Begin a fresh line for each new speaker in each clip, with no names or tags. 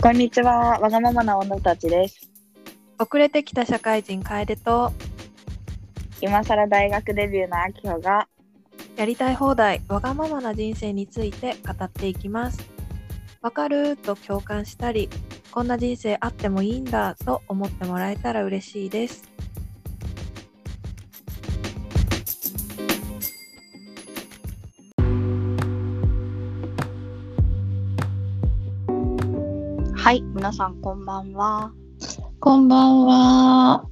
こんにちは、わがままな女たちです。
遅れてきた社会人楓と
今更大学デビューのあきほが、
やりたい放題わがままな人生について語っていきますわかると共感したりこんな人生あってもいいんだと思ってもらえたら嬉しいです
はい、皆さんこんばんは。
こんばんは。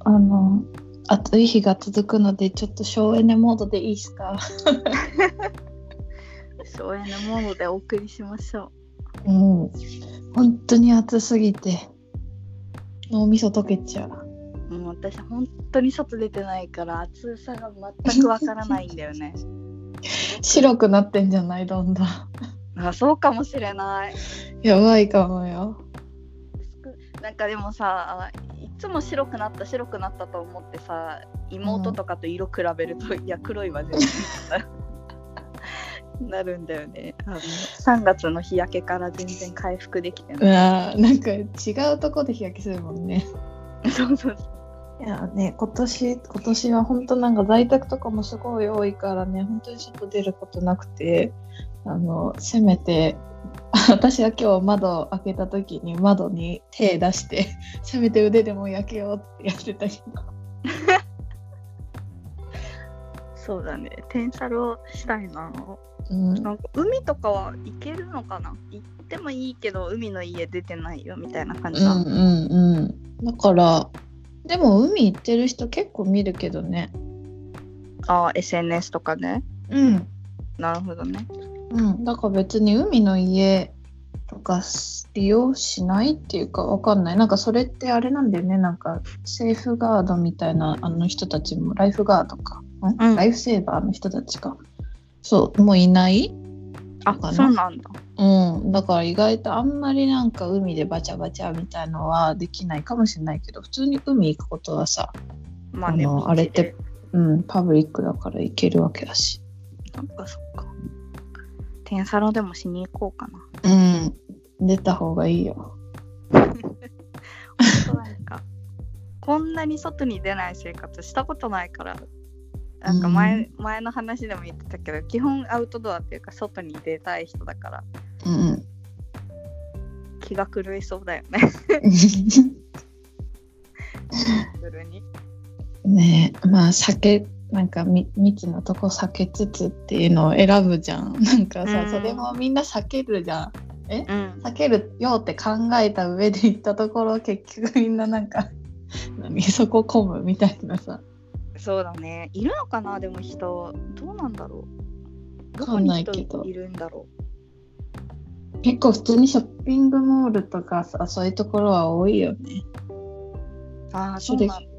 あの、暑い日が続くので、ちょっと省エネモードでいいですか。
省エネモードでお送りしましょ
うん。本当に暑すぎて。脳みそ溶けちゃう。
う。もう私本当に外出てないから暑さが全くわからないんだよね。
白くなってんじゃない、どんどん。
あ、そうかもしれない。
やばいかもよ。
なんかでもさ、いつも白くなった白くなったと思ってさ、妹とかと色比べると、いや黒いわ全 然。なるんだよねあの3月の日焼けから全然回復できて
う
ない、
わーなんか違うとこで日焼けするもんね。
そうそう
いやね、今年、今年は本当なんか在宅とかもすごい多いからね、本当に外出ることなくて、あの、せめて、 私は今日窓を開けた時に窓に手出して、 せめて腕でも焼けようってやってたけど。
そうだね、テンサルをしたいな。
うん、
なんか海とかは行けるのかな行ってもいいけど、海の家出てないよみたいな感じ
う
だ。
んうんうん。だから、でも海行ってる人結構見るけどね。
ああ、SNS とかね。
うん。
なるほどね。
うん、だから別に海の家とか利用しないっていうかわかんないなんかそれってあれなんだよねなんかセーフガードみたいなあの人たちもライフガードか、ん
うん
ライフセーバーの人たちかそうもういない、
あ
そうか、な
そうなんだ。
うん、だから意外とあんまりなんか海でバチャバチャみたいのはできないかもしれないけど普通に海行くことはさ、
まあね、
あの
ビーチ
あれって。うん、パブリックだから行けるわけだし。
なんかそっか。テンサロでもしに行こうかな。
うん、出た方がいいよ。
そうなんかこんなに外に出ない生活したことないからなんか前,、前の話でも言ってたけど基本アウトドアっていうか外に出たい人だから
うんうん
気が狂いそうだよね普通に
ねえまあ避けなんかみ密なとこ避けつつっていうのを選ぶじゃん なんかさ、
うん
それもみんな避けるじゃん
うん
避けるよって考えた上で行ったところ結局みんななんか 何そこ混むみたいなさ
そうだねいるのかなでも人どうなんだろうどこ
わかん
に
ない
人
けど
いるんだろ
結構普通にショッピングモールとかさそういうところは多いよね
うああそ
そううで
なんだ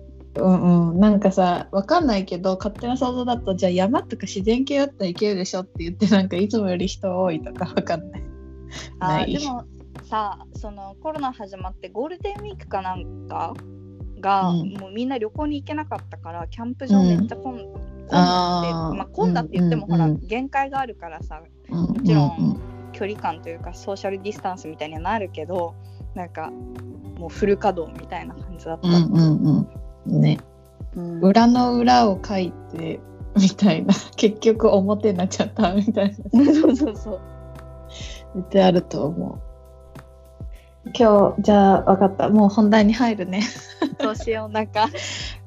うんうんなんかさわかんないけど勝手な想像だとじゃあ山とか自然系だったら行けるでしょって言ってなんかいつもより人多いとかわかんない
あ
ない
ーでもさそのコロナ始まってゴールデンウィークかなんかが、
うん
もうみんな旅行に行けなかったからキャンプ場めっちゃ混ん、混んだって
あー
まあ、混んだって言っても、
うんうんうん
ほら限界があるからさ
も
ちろん距離感というかソーシャルディスタンスみたいにはなるけどなんかもうフル稼働みたいな感じだった、
うんうんうん。ね。
うん
裏の裏を書いてみたいな。 結局表になっちゃったみたいな。
そうそうそう
絶対あると思う。今日、じゃあ分かった。もう本題に入るね。
どうしようなんか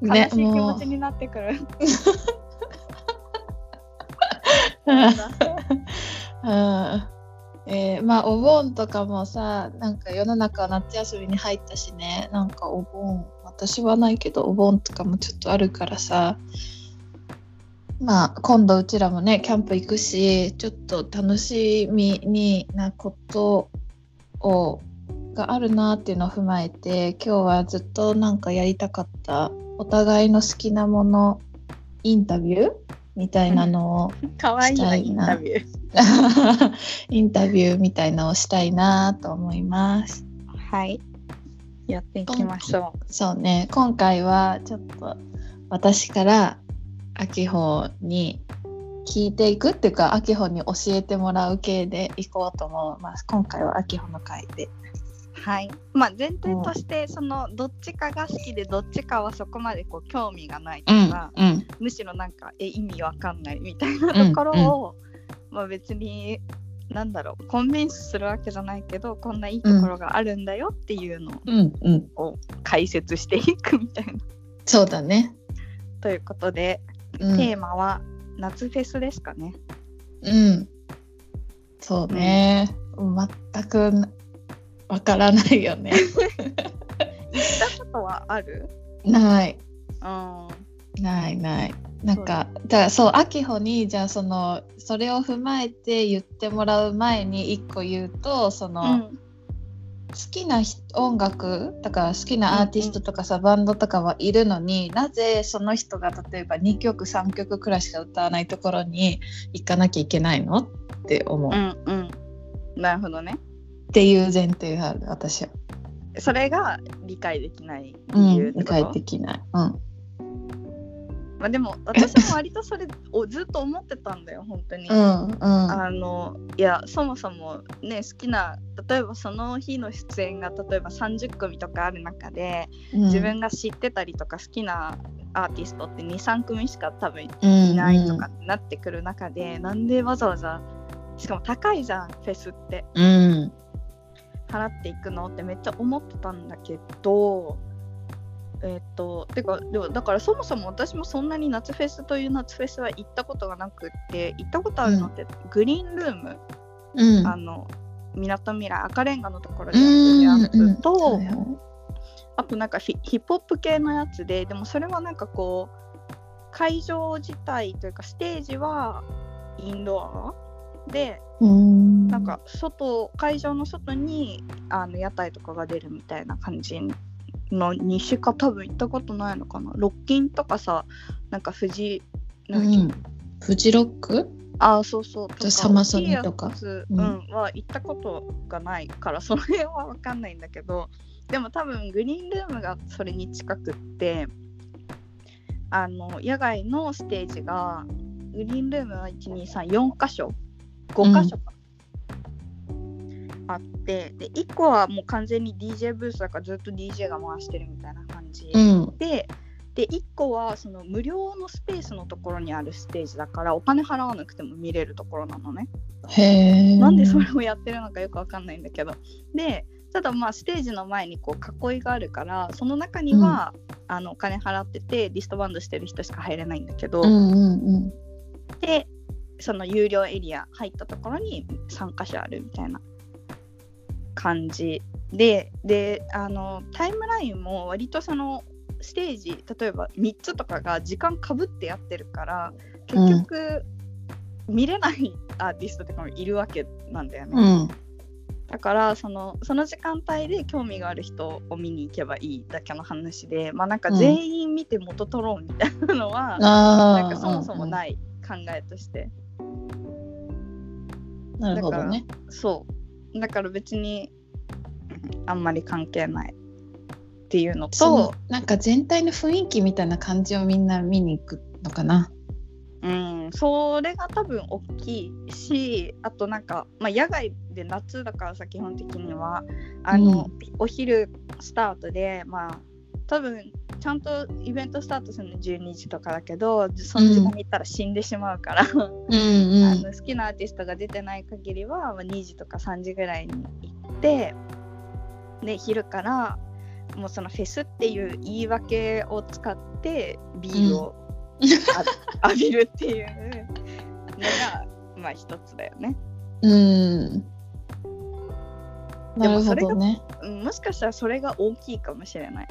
悲し
ね
い、気持ちになってくる、
う。うんえーまあお盆とかもさなんか世の中は夏休みに入ったしねなんかお盆私はないけどお盆とかもちょっとあるからさまあ今度うちらもねキャンプ行くしちょっと楽しみになことをがあるなっていうのを踏まえて今日はずっとなんかやりたかったお互いの好きなものインタビューみたいなのを、
かわいい
した
ないイン
な
タビュー
インタビューみたいのをしたいなと思います。
はいやっていきましょう
そうね、今回はちょっと私からあきほに聞いていくっていうか、あきほに教えてもらう系でいこうと思います。今回はあきほの回で。
はいまあ、前提としてそのどっちかが好きでどっちかはそこまでこう興味がないとか、
うん
むしろなんかえ意味わかんないみたいなところを、まあ、別になんだろうコンビンスするわけじゃないけどこんないいところがあるんだよっていうの
うんうん
を解説していくみたいな。
そうだね
ということで、
うん
テーマは夏フェスですかね。
うんそうね、全くなわからないよね
行ったことはある
ない
うん
ないないなんかだからそう秋穂にじゃあそのそれを踏まえて言ってもらう前に一個言うとその、好きなひ音楽だから好きなアーティストとかさ、バンドとかはいるのになぜその人が例えば2曲3曲くらいしか歌わないところに行かなきゃいけないのって思う、
う
っ
んうんなるほどね。
ていう前提がある私は、
それが理解できない
うん
理由っ、て
理
こと、
解できない、うん、
まあ、でも私も割とそれをずっと思ってたんだよ本当に。
うんうん
あのいやそもそもね好きな例えばその日の出演が例えば30組とかある中で
うん
自分が知ってたりとか好きなアーティストって23組しか多分い
い
ないとかってなってくる中で、なんでわざわざしかも高いじゃんフェスって
うん
払っていくのってめっちゃ思ってたんだけどえっ、とてかでもだからそもそも私もそんなに夏フェスという夏フェスは行ったことがなくって行ったことあるのって、グリーンルーム、
うん
あのみなとみらい赤レンガのところ
う
でやってる
ん
や
うん
つと、
はいはい
あとなんかヒヒップホップ系のやつででもそれはなんかこう会場自体というかステージはインドアで
うん
なんか外会場の外にあの屋台とかが出るみたいな感じのにしか多分行ったことないのかなロッキンとかさなんか富士なんだっけ
うん、フジロック
あーそうそうとか
サマソニとか
大きいやつ
う
うんん、は行ったことがないからその辺は分かんないんだけどでも多分グリーンルームがそれに近くってあの野外のステージがグリーンルームは1234箇所5箇所か、あってで1個はもう完全に DJ ブースだからずっと DJ が回してるみたいな感じ、
うん
でで1個はその無料のスペースのところにあるステージだからお金払わなくても見れるところなのね。
へえ
なんでそれをやってるのかよくわかんないんだけど。でただまあステージの前にこう囲いがあるからその中には、あのお金払っててリストバンドしてる人しか入れないんだけど、
うんうんうん
でその有料エリア入ったところに3箇所あるみたいな感じでであのタイムラインも割とそのステージ例えば3つとかが時間かぶってやってるから結局、見れないアーティストとかもいるわけなんだよね。
うん
だからそのその時間帯で興味がある人を見に行けばいいだけの話でまあなんか全員見て元取ろうみたいなのは、
あ
なんかそもそも
い。
ない考えとして。
なるほどね。
そうだから別にあんまり関係ないっていうの
そ
と
う。なんか全体の雰囲気みたいな感じをみんな見に行くのかな。
うんそれが多分大きいしあとなんか、まあ、野外で夏だからさ基本的にはあの、お昼スタートでまあ多分ちゃんとイベントスタートするの12時とかだけどその時間に行ったら死んでしまうから、
うん
あの好きなアーティストが出てない限りは、まあ、2時とか3時ぐらいに行ってで昼からもうそのフェスっていう言い訳を使ってビールをあ、浴びるっていうのがまあ一つだよね。
うん。
で
な
も
る
そ
ほ
れが
どね。
うんもしかしたらそれが大きいかもしれない。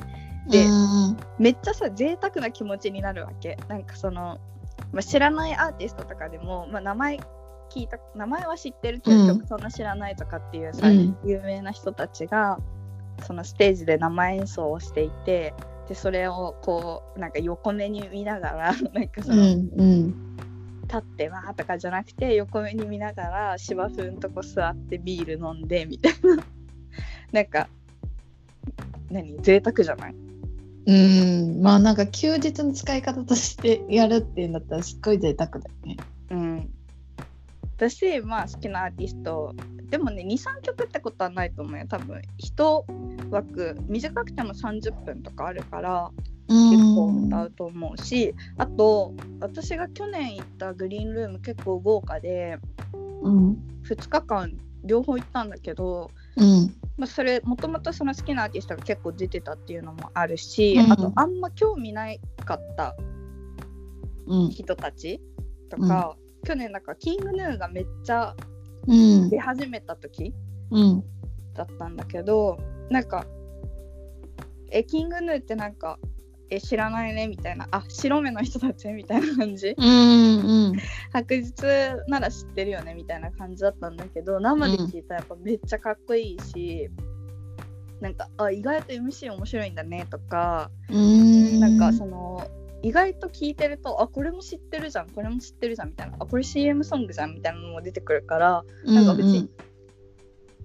で
うん
めっちゃさ贅沢な気持ちになるわけなんかその、まあ、知らないアーティストとかでも、まあ、名前聞いた名前は知ってるけ
うん
ど曲そんな知らないとかっていうさ、
うん
有名な人たちがそのステージで生演奏をしていてでそれをこうなんか横目に見ながら なんかその、
うんうん。
立ってわーとかじゃなくて横目に見ながら芝生んとこ座ってビール飲んでみたいな なんか何贅沢じゃない
うん、まあなんか休日の使い方としてやるっていうんだったらすっごい贅沢だよね。
うん、私、まあ、好きなアーティストでもね23曲ってことはないと思うよ多分1枠短くても30分とかあるから結構歌うと思うし、あと私が去年行ったグリーンルーム結構豪華で
うん
2日間両方行ったんだけど、
うん
まあ、それもともとその好きなアーティストが結構出てたっていうのもあるし、
うん
あとあんま興味ないかった
うん
人たちとか、去年なんかキングヌーがめっちゃ
うん
出始めた時
うん
だったんだけどなんかえキングヌーってなんかえ知らないねみたいなあ白目の人たちみたいな感じ
うんうん
白日なら知ってるよねみたいな感じだったんだけど生で聞いたらやっぱめっちゃかっこいいし、なんかあ意外と MC 面白いんだねとか、
うん
なんかその意外と聞いてるとあこれも知ってるじゃんこれも知ってるじゃんみたいなあこれ CM ソングじゃんみたいなのも出てくるからなんか別に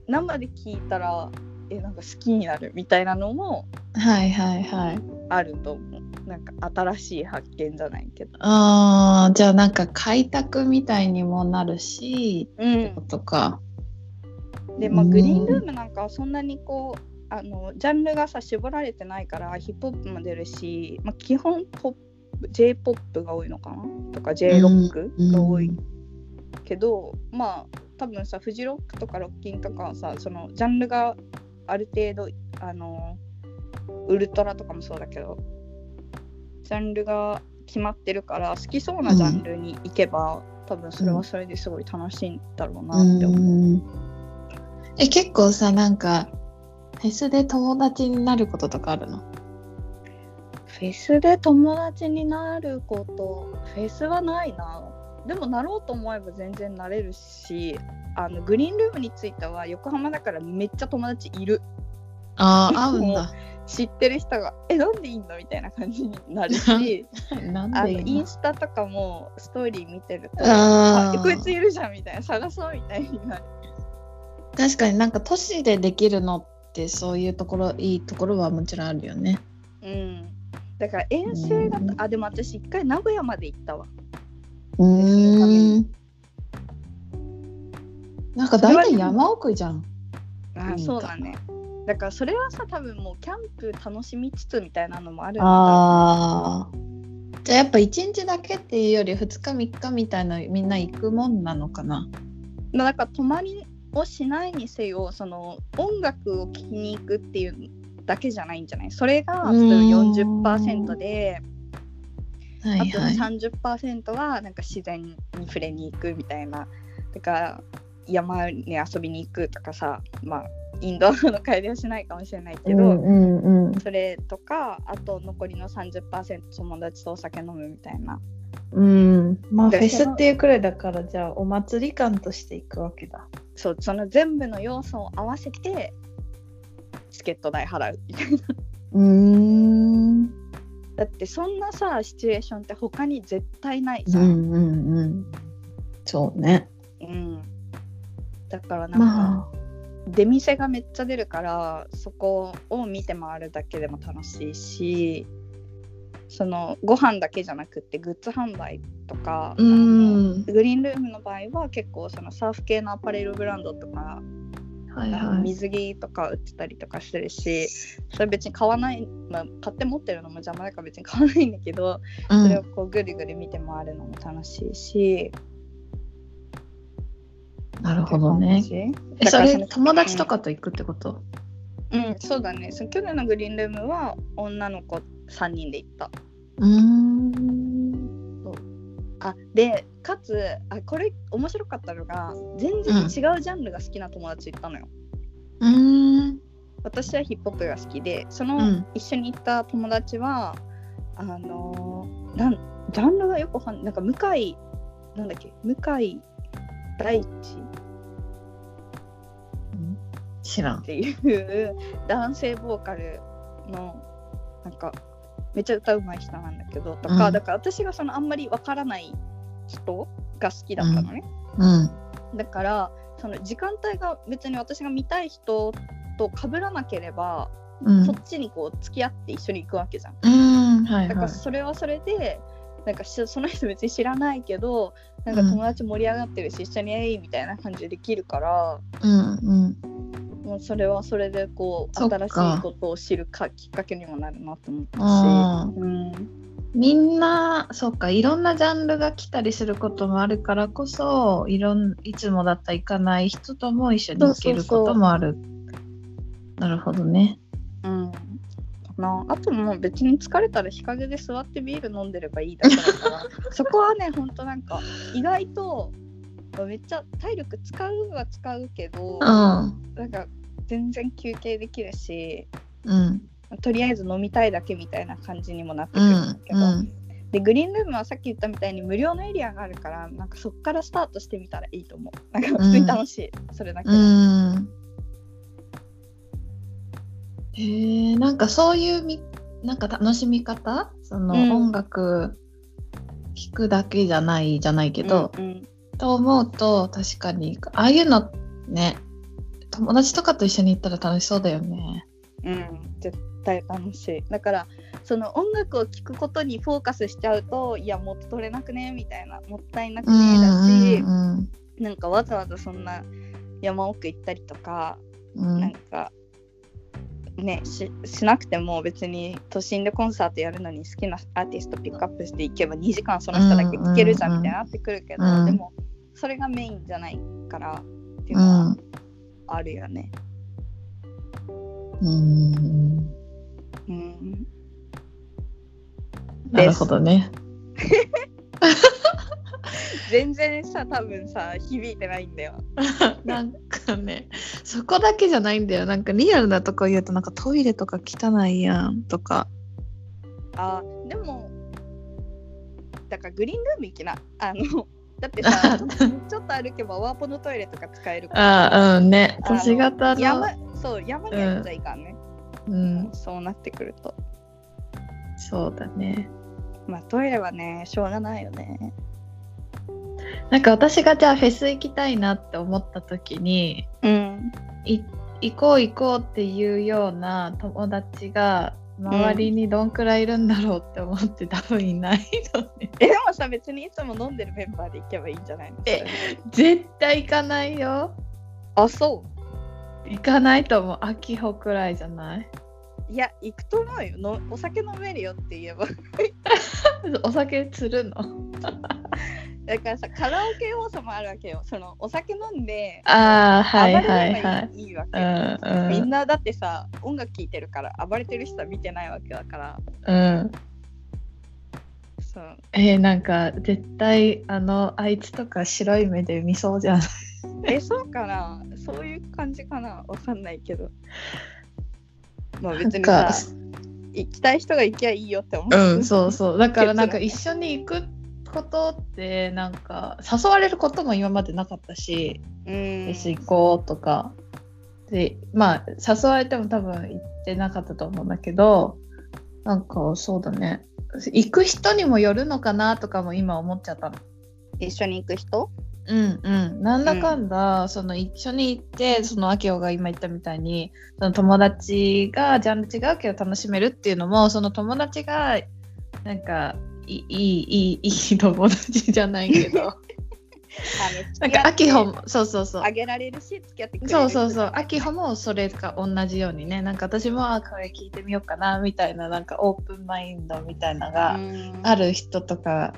生で聞いたらえなんか好きになるみたいなのも
うんはいはいはい
あると思うなんか新しい発見じゃないけど、
あーじゃあなんか開拓みたいにもなるし
うん、
とか
でまあ
うん
グリーンルームなんかはそんなにこうあのジャンルがさ絞られてないからヒップホップも出るし、まあ、基本ポップ j p o p が多いのかなとか j ロックが多いけど、まあ多分さフジロックとかロッキンとかはさそのジャンルがある程度あのウルトラとかもそうだけどジャンルが決まってるから好きそうなジャンルに行けば、多分それはそれですごい楽しいんだろうなって思う。
うんえ結構さなんかフェスで友達になることとかあるの
フェスで友達になることフェスはないなでもなろうと思えば全然なれるしあのグリーンルームについては横浜だからめっちゃ友達いる
ああ合うんだ
知ってる人が「えなんでいいの?」みたいな感じになるし
な
あ
ん
の
でい
イ
い
ン
の
スタとかもストーリー見てると「あ
あ
え
ー
こいついるじゃん」みたいな探そうみたいになる。
確かになんか都市でできるのってそういうところいいところはもちろんあるよね
うんだから遠征が
うん
あでも私一回名古屋まで行ったわ
うーんなんか大体山奥じゃん
あそうだねだからそれはさ多分もうキャンプ楽しみつつみたいなのもあるんだ
ああじゃあやっぱ1日だけっていうより2日3日みたいなみんな行くもんなのかな
まあなんか泊まりをしないにせよその音楽を聴きに行くっていうだけじゃないんじゃないそれが
うーん
例えば40%で
は
あと
いはい
30%はなんか自然に触れに行くみたいなだから山に遊びに行くとかさまあインドアの改良しないかもしれないけど、
うんうんうん
それとかあと残りの30%友達とお酒飲むみたいな
うん、まあフ
で
ェスっていうくらいだからじゃあお祭り感としていくわけだ。
そうその全部の要素を合わせてチケット代払うみたいな
うーん
だってそんなさシチュエーションって他に絶対ない
うんう
さ、
んうん。そうね。
うんだからなんか、
まあ
出店がめっちゃ出るからそこを見て回るだけでも楽しいしそのご飯だけじゃなくってグッズ販売とか、
う
あの
ん
グリーンルームの場合は結構そのサーフ系のアパレルブランドとか
はい
あの
はい。
水着とか売ってたりとかしてるしそれ別に買わない、まあ、買って持ってるのも邪魔だから別に買わないんだけどそれをこうぐるぐる見て回るのも楽しいし、
なるほどね。え
だ
そ
から
れ友達とかと行くってこと？
うんそうだねその去年のグリーンルームは女の子3人で行った
うーん。
あでかつあこれ面白かったのが全然違うジャンルが好きな友達と行ったのよ、
うーん。
私はヒップホップが好きでそうの
ん。
一緒に行った友達は、あのーなんジャンルがよくわかんないなんか向井なんだっけ向井大地
知らん
っ。ていう男性ボーカルのなんかめっちゃ歌うまい人なんだけどとか、
うん
だから私がそのあんまりわからない人が好きだったのね、
うん。
だからその時間帯が別に私が見たい人と被らなければ、
うん
そっ。ちにこう付き合って一緒に行くわけじゃん
うん。はい
だか
は
ら
い。
それはそれで、なんかしその人別に知らないけどなんか
うん
友達盛り上がってるし、一緒に「えい」みたいな感じでできるから
うんうん
もうそれはそれでこう
そっか
新しいことを知るかきっかけにもなるなと思ったし。
あー
うん、
みんなそうかいろんなジャンルが来たりすることもあるからこそいろんいつもだったら行かない人とも一緒に行けることもあるなるほどね
うんかなあともう別に疲れたら日陰で座ってビール飲んでればいいだけだから そこはねほんとなんか意外とめっちゃ体力使うは使うけど
うん
なんか全然休憩できるし
うん
とりあえず飲みたいだけみたいな感じにもなってく
う
るんだ
ん
けど、
うん
でグリーンルームはさっき言ったみたいに無料のエリアがあるからなんかそっからスタートしてみたらいいと思うなんか普通に楽しい、それだけで、
うんへえなんかそういうみなんか楽しみ方その、
うん
音楽聴くだけじゃないじゃないけど、
うんうん
と思うと確かにああいうのね友達とかと一緒に行ったら楽しそうだよね。
うん、絶対楽しいだからその音楽を聴くことにフォーカスしちゃうといやもっと取れなくねみたいなもったいなくねだし、
うん
なんかわざわざそんな山奥行ったりとか、
うんう
なん
ん
かねししなくても別に都心でコンサートやるのに好きなアーティストピックアップしていけば2時間その人だけ聴けるじゃんみたいになってくるけど、
うん
でもそれがメインじゃないからっていう
う
のは
ん
あるよね。
うん
うん
なるほどね。
全然さ多分さ響いてないんだよ
なんかねそこだけじゃないんだよなんかリアルなとこ言うとなんかトイレとか汚いやんとか
あでもだからグリーンルーム行きなあのだって さちょちょっと歩けばワーポのトイレとか使えるから
ああうんね
あ
都
の
市型の
山そう山にやっちゃいかんね、
うん
そうなってくると
そうだね。
まあトイレはねしょうがないよね
なんか私がじゃあフェス行きたいなって思った時に
うん
い行こう行こうっていうような友達が周りにどんくらいいるんだろうって思って多分いないの ね、
えでもさ別にいつも飲んでるメンバーで行けばいいんじゃないのそれ
絶対行かないよ
あそ
行かないと思う秋穂くらいじゃないう
いや行くと思うよのお酒飲めるよって言えば
お酒釣るの
だからさカラオケ要素もあるわけよそのお酒飲んで
ああ
暴
は
れ
い
れ
はい
ば
はいい
いいわけ、
うんうん
みんなだってさ音楽聴いてるから暴れてる人は見てないわけだから
うん
そう
えー、なんか絶対あのあいつとか白い目で見そうじゃん
えそうかなそういう感じかなわかんないけどまあ別に
な
さ
んか
行きたい人が行きゃいいよって思う、
うんそうそうだからなんか
結
一緒に行くことってなんか誘われることも今までなかったし
うん
一緒に行こうとかでまあ誘われても多分行ってなかったと思うんだけどなんかそうだね行く人にもよるのかなとかも今思っちゃったの。
一緒に行く人
うんうん、なんだかんだ、その一緒に行ってそのあきおが今言ったみたいにその友達がジャンル違うけど楽しめるっていうのもその友達がなんかいいいいいいいい友達じゃ ないけど
あ
なん
の付き合っ
か
て
あきほもそうそうそう
あげられるし付き合ってくれる
そうそうそう、あきほもそれが同じようにね、なんか私もあこれ聞いてみようかなみたいな、なんかオープンマインドみたいなの
う
が
ん
ある人とか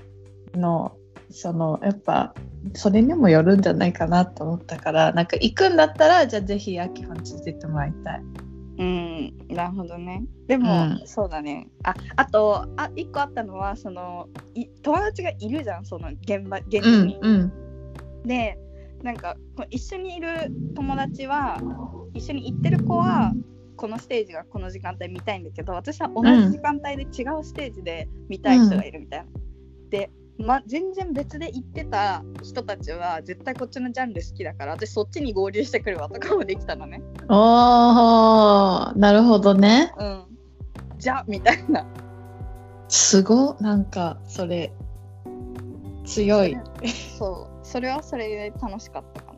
の、そのやっぱそれにもよるんじゃないかなと思ったから、なんか行くんだったら、じゃあぜひあきほに連れてってもらいたい。
うん、なるほどね。でも、
うん
そうだね。あ、あと、あ、一個あったのは、その、い友達がいるじゃん、その現場、現地
うん
に。
うん
で、なんか、こう一緒にいる友達は、一緒に行ってる子は。このステージがこの時間帯見たいんだけど私は同じ時間帯で違うステージで見たい人がいるみたいな。で、ま、全然別で行ってた人たちは絶対こっちのジャンル好きだから私そっちに合流してくるわとかもできたのね。
おー、なるほどね。
うん、じゃあみたいな。
すご、なんかそれ、強い。
そう、それはそれで楽しかったか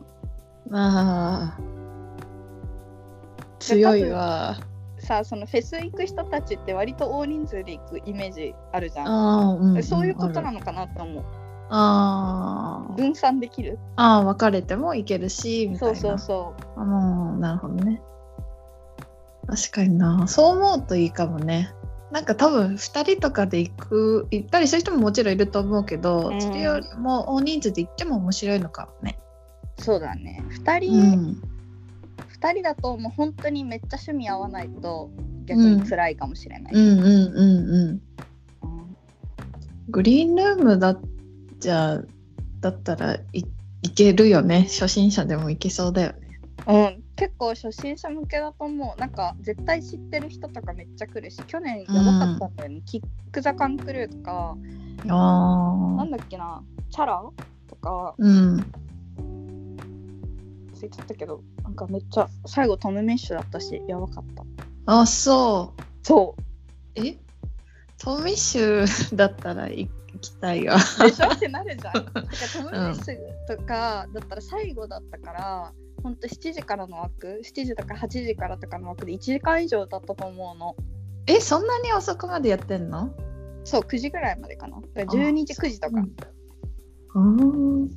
な。
ああ。強いわ。
さそのフェス行く人たちって割と大人数で行くイメージあるじゃん、
あー、うん、
そういうことな
の
のかなって思う
あー
分散できる
あー別れてもいけるしみたい
そう
な
そうそ
あのーなるほどね確かになそう思うといいかもねなんか多分2人とかで行く行ったりする人ももちろんいると思うけど、
うん
それよりも大人数で行っても面白いのかもね、
うそうだね2人、
うん、
2人だともう本当にめっちゃ趣味合わないと逆に辛いかもしれない、
うんうんうんうん
うん
グリーンルームだじゃあだったらい行けるよね初心者でも行けそうだよね
うん結構初心者向けだと思うなんか絶対知ってる人とかめっちゃ来るし去年やばかったんだよね、キック・ザ・カンクルーとかな
あ
んだっけなチャラとか
ーうん
忘れちゃったけどなんかめっちゃ最後トム・メッシュだったしやばかった
あそう
そう
えトミッシュだったら行きたいわ
でしょってなる じゃん。なんかトム・メッシュとかだったら最後だったから、ほんと7時からの枠7時とか8時からとかの枠で1時間以上だったと思うの
えそんなに遅くまでやってんの
そう9時ぐらいまでかなだから12時9時とか、
うん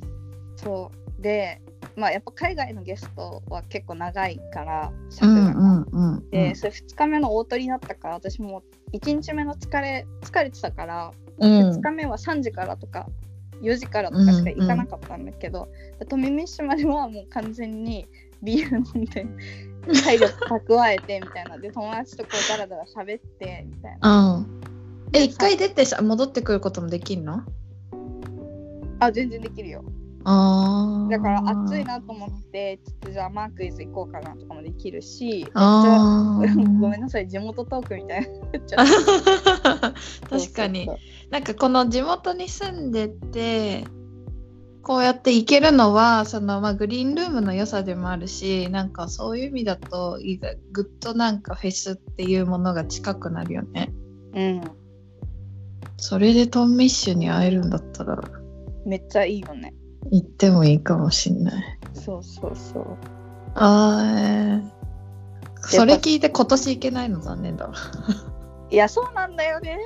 そうでまあやっぱ海外のゲストは結構長いから
う
尺
んう
が、
んうん
で、それ2日目の大取りだったから私も1日目の疲れ疲れてたから
うん
2日目は3時からとか4時からとかしか行かなかったんだけど、トミミッシュまではもう完全にビール飲んで体力蓄えてみたいなで友達とこうダラダラ喋ってみたいな
うんえ一回出てさ戻ってくることもできんの
あ全然できるよ
あー
だから暑いなと思ってちょっとじゃあマークイズ行こうかなとかもできるし
あ
ご
ー
めんなさい地元トークみたいになっちゃう
確かに
そう
なんかこの地元に住んでてこうやって行けるのはその、まあ、グリーンルームの良さでもあるしなんかそういう意味だといいがぐっとなんかフェスっていうものが近くなるよね
そううん
それでトンミッシュに会えるんだったら
めっちゃいいよね
行ってもいいかもしんない
そうそうそう
あーえーそれ聞いて今年行けないの残念だわ
いやそうなんだよね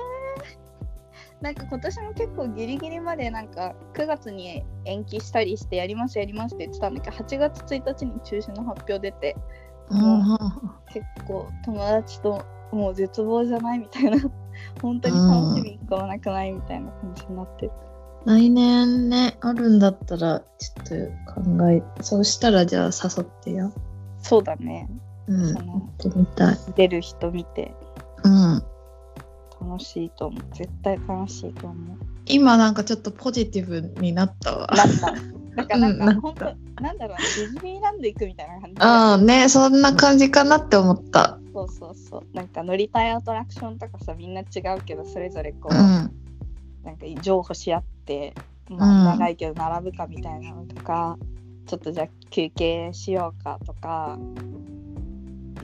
なんか今年も結構ギリギリまでなんか9月に延期したりしてやりますやりますって言ってたんだけど8月1日に中止の発表出て
うん
結構友達ともう絶望じゃないみたいな 本当に楽しみ一個もなくないみたいな感じになってる
来年ねあるんだったらちょっと考えそうしたらじゃあ誘ってよ
そうだね
うん
その
行ってみたい
出る人見て
うん
楽しいと思う絶対楽しいと思う
今なんかちょっとポジティブになったわ
なったなんかなん
うんな
か
った
本当なんだろうねディズニーランド行くみたいな感じで
うんねそんな感じかなって思った
そうそうそうなんか乗りたいアトラクションとかさみんな違うけどそれぞれこ
う
う、
ん
なんか譲歩し合って、
うん
まあ、長いけど並ぶかみたいなのとか、ちょっとじゃあ休憩しようかとか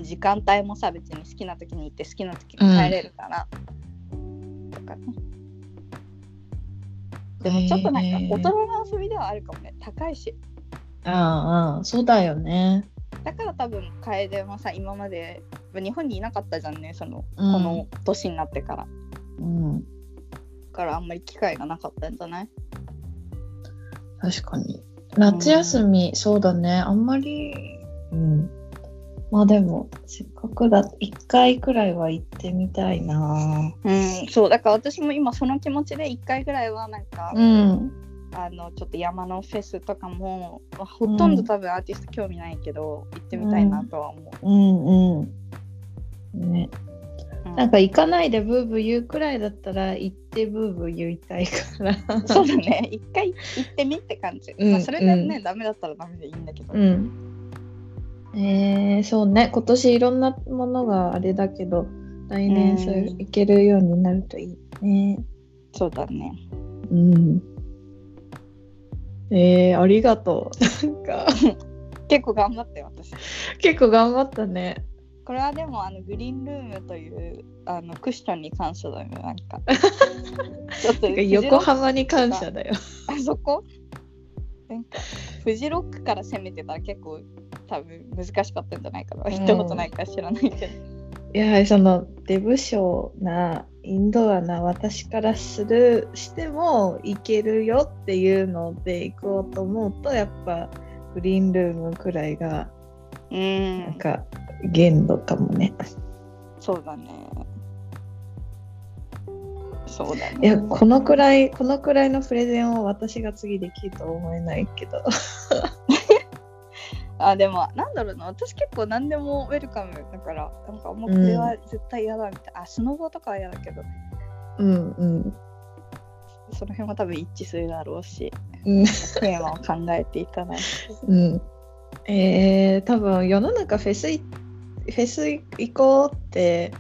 時間帯もさ別に好きな時に行って好きな時に帰れるから、とかねでもちょっとなんか大人の遊びではあるかもね高いし
ああそうだよね
だから多分楓もさ今まで日本にいなかったじゃんねその、
うん
この年になってから。
うん
からあんまり機会がなかったんじゃない
確かに夏休み、そうだねあんまりうんまあでもせっかくだ1回くらいは行ってみたいな
うん、そうだから私も今その気持ちで1回ぐらいはなんか、
うん
あのちょっと山のフェスとかも、まあほとんど多分アーティスト興味ないけど、行ってみたいなとは思
うんうんね
う、うん
なんか行かないでブーブー言うくらいだったら行ってブーブー言いたいから
そうだね一回行ってみって感じ、
うん
まあ、それでね、
う
ダメだったらダメでいいんだけど、
うん。えー、そうね、今年いろんなものがあれだけど、来年そう
うん
いけるようになるといいね。
そうだね
うん。えー、ありがとう。なんか、
結構頑張って私
結構頑張ったね。
これはでもあのグリーンルームというあのクッションに感謝だよねなん かちょっと
なんか横浜に感謝だよ。
あそこなんかフジロックから攻めてたら結構多分難しかったんじゃないかな、
ん
行ったことないから知らないけど
やはりそのデブ症なインドアな私からするしてもいけるよっていうので行こうと思うとやっぱグリーンルームくらいが
う
なん
ん、
か限度かもね。
そうだね。そうだね。
いやこのくらいこのくらいのプレゼンを私が次できるとは思えないけど。
あでもなんだろうな私結構何でもウェルカムだからなんかもうこれは絶対嫌だみたいな、あスノボとかは嫌だけど
うんうん
その辺も多分一致するだろうし
うん
テーマを考えていただいて
うん、えー、多分世の中フェスいフェス行こうって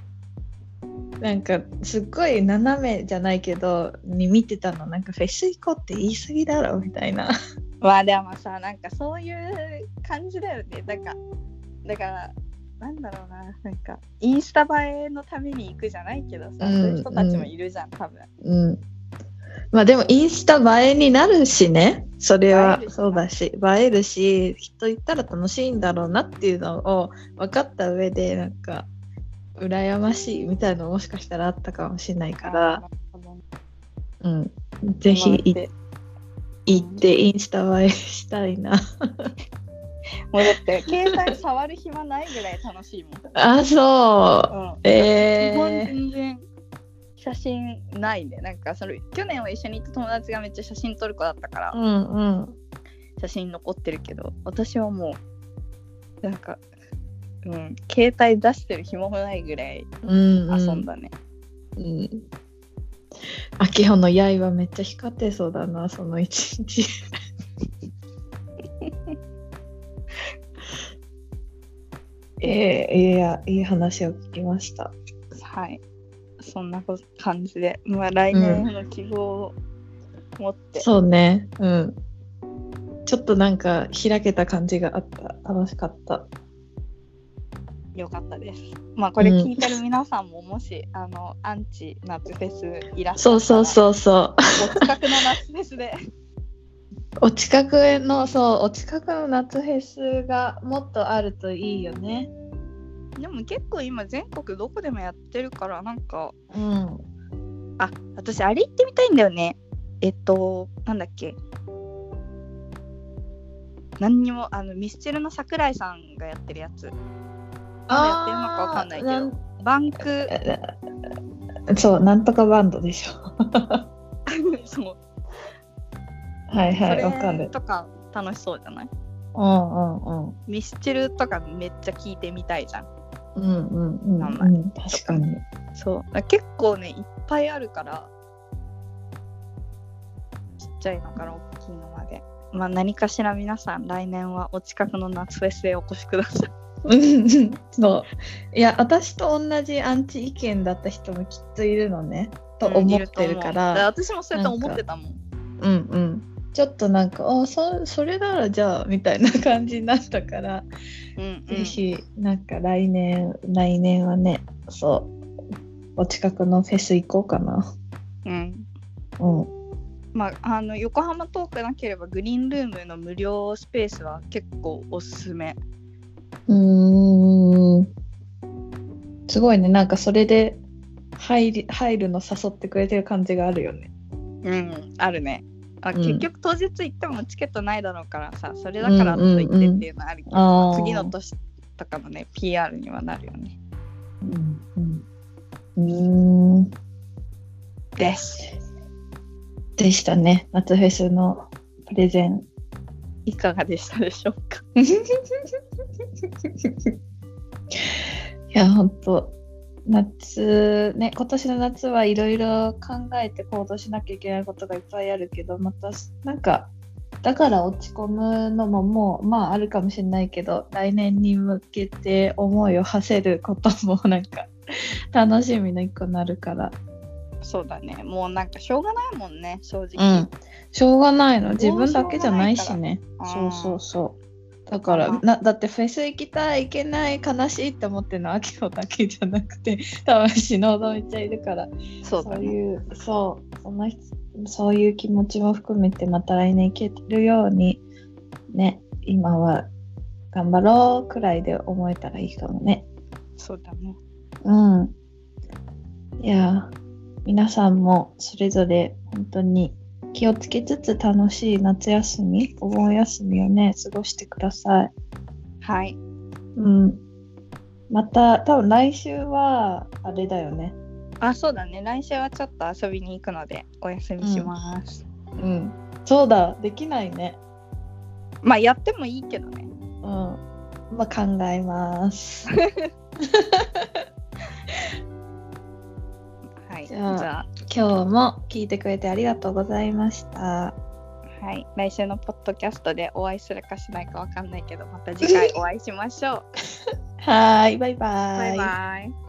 なんかすっごい斜めじゃないけどに見てたのなんかフェス行こうって言い過ぎだろみたいな
まあでもさなんかそういう感じだよねなんかだからなんだろうななんかインスタ映えのために行くじゃないけどさ、
う
そう
ん
いう人たちもいるじゃん多分
うんまあでもインスタ映えになるしねそれは
映えるしな
そうだし映えるし人行ったら楽しいんだろうなっていうのを分かった上でなんか羨ましいみたいなのもしかしたらあったかもしれないから。
あの
うん、ぜひ
回っ
い
て
行ってインスタ映えしたいな。
もうだって携帯触る暇ないぐらい楽しいも ん、
あ、そう。
うん
え
基本
ー、
全然写真ないねなんかその去年は一緒に行った友達がめっちゃ写真撮る子だったから
うんうん。
写真残ってるけど私はもうなんかうん携帯出してる暇もないぐらい
うん、うん。
遊ん。だね、
うん。秋穂の刃めっちゃ光ってそうだな、その一日。 えー、いや、いい話を聞きました。
はいそんなこ感じでまあ来年の希望を持って、
そうね。うん。ちょっとなんか開けた感じがあった。楽しかった。
よかったですまあこれ聞いてる皆さんももし、あのアンチ夏フェスいらっしゃっ
そ
たら
うそうそうそう。
お近くの夏フェスで
お近くへのそうお近くの夏フェスがもっとあるといいよね。
でも結構今全国どこでもやってるからなんか
うん。
あ私あれ行ってみたいんだよねえっとなんだっけ何にもあのミスチルの桜井さんがやってるやつやってるのかわかんないけどバンク
けど。そうなんとかバンドでしょ。
そう
は い
そ
はいわか
れ
る。
とか楽しそうじゃない
うんうんうん。
ミスチルとかめっちゃ聞いてみたいじゃん
うんうんうん、
名
う
前
ん、確かに。
そうだ結構ねいっぱいあるからちっちゃいのから大きいのまで、まあ、何かしら皆さん来年はお近くの夏フェスへお越しください
うんうんそういや私と同じアンチ意見だった人もきっといるのねと思ってるか
うんい
ら、
と思う私もそうやって思ってたもん
うんうん、ちょっとなんかあそそれならじゃあみたいな感じになったから
うんう
ぜ
ん
ひ、なんか来年、来年はね、そう、お近くのフェス行こうかな。
うん
うん。
まあ、あの横浜トークなければグリーンルームの無料スペースは結構おすすめ
うーん。すごいね、なんかそれで入り入るの誘ってくれてる感じがあるよね。
うんあるね、まあ、
う
結
ん
局当日行ってもチケットないだろうからさそれだからといってっていうのはあるけど、
うんうんうん
次の年とかのね PR にはなるよね
うん。うん。うーん
です
でしたね、夏フェスのプレゼン。
いかがでしたでしょうか。
いや本当夏ね今年の夏はいろいろ考えて行動しなきゃいけないことがいっぱいあるけどまたなんかだから落ち込むのももうまああるかもしれないけど来年に向けて思いを馳せることもなんか楽しみの一個になるから、
そうだね。もうなんかしょうがないもんね、正
う
直
ん。、しょうがないの
どうし
自
ようもない
分だけじゃないしね
から
そうそうそうだか
あ
ら
ー
なだってフェス行きたい行けない悲しいって思ってるのは秋穂だけじゃなくて 多分篠めちゃんいるから
そうだね。
いうそうその人そういう気持ちも含めてまた来年行けるようにね今は頑張ろうくらいで思えたらいいかもね
そうだね。
うん。いやー、皆さんもそれぞれ本当に気をつけつつ楽しい夏休み、お盆休みをね、過ごしてください。
はい。
うん。また、多分来週は、あれだよね。
あ、そうだね。来週はちょっと遊びに行くので、お休みします。
うん。そうだ、できないね。
まあ、やってもいいけどね。
うん。まあ、考えます。
はい。
じ
じ
ゃ
ゃ
あ
あ
今日も聞いてくれてありがとうございました。
はい。来週のポッドキャストでお会いするかしないかわかんないけど、また次回お会いしましょう。
はーい、バイバー
バイバイ。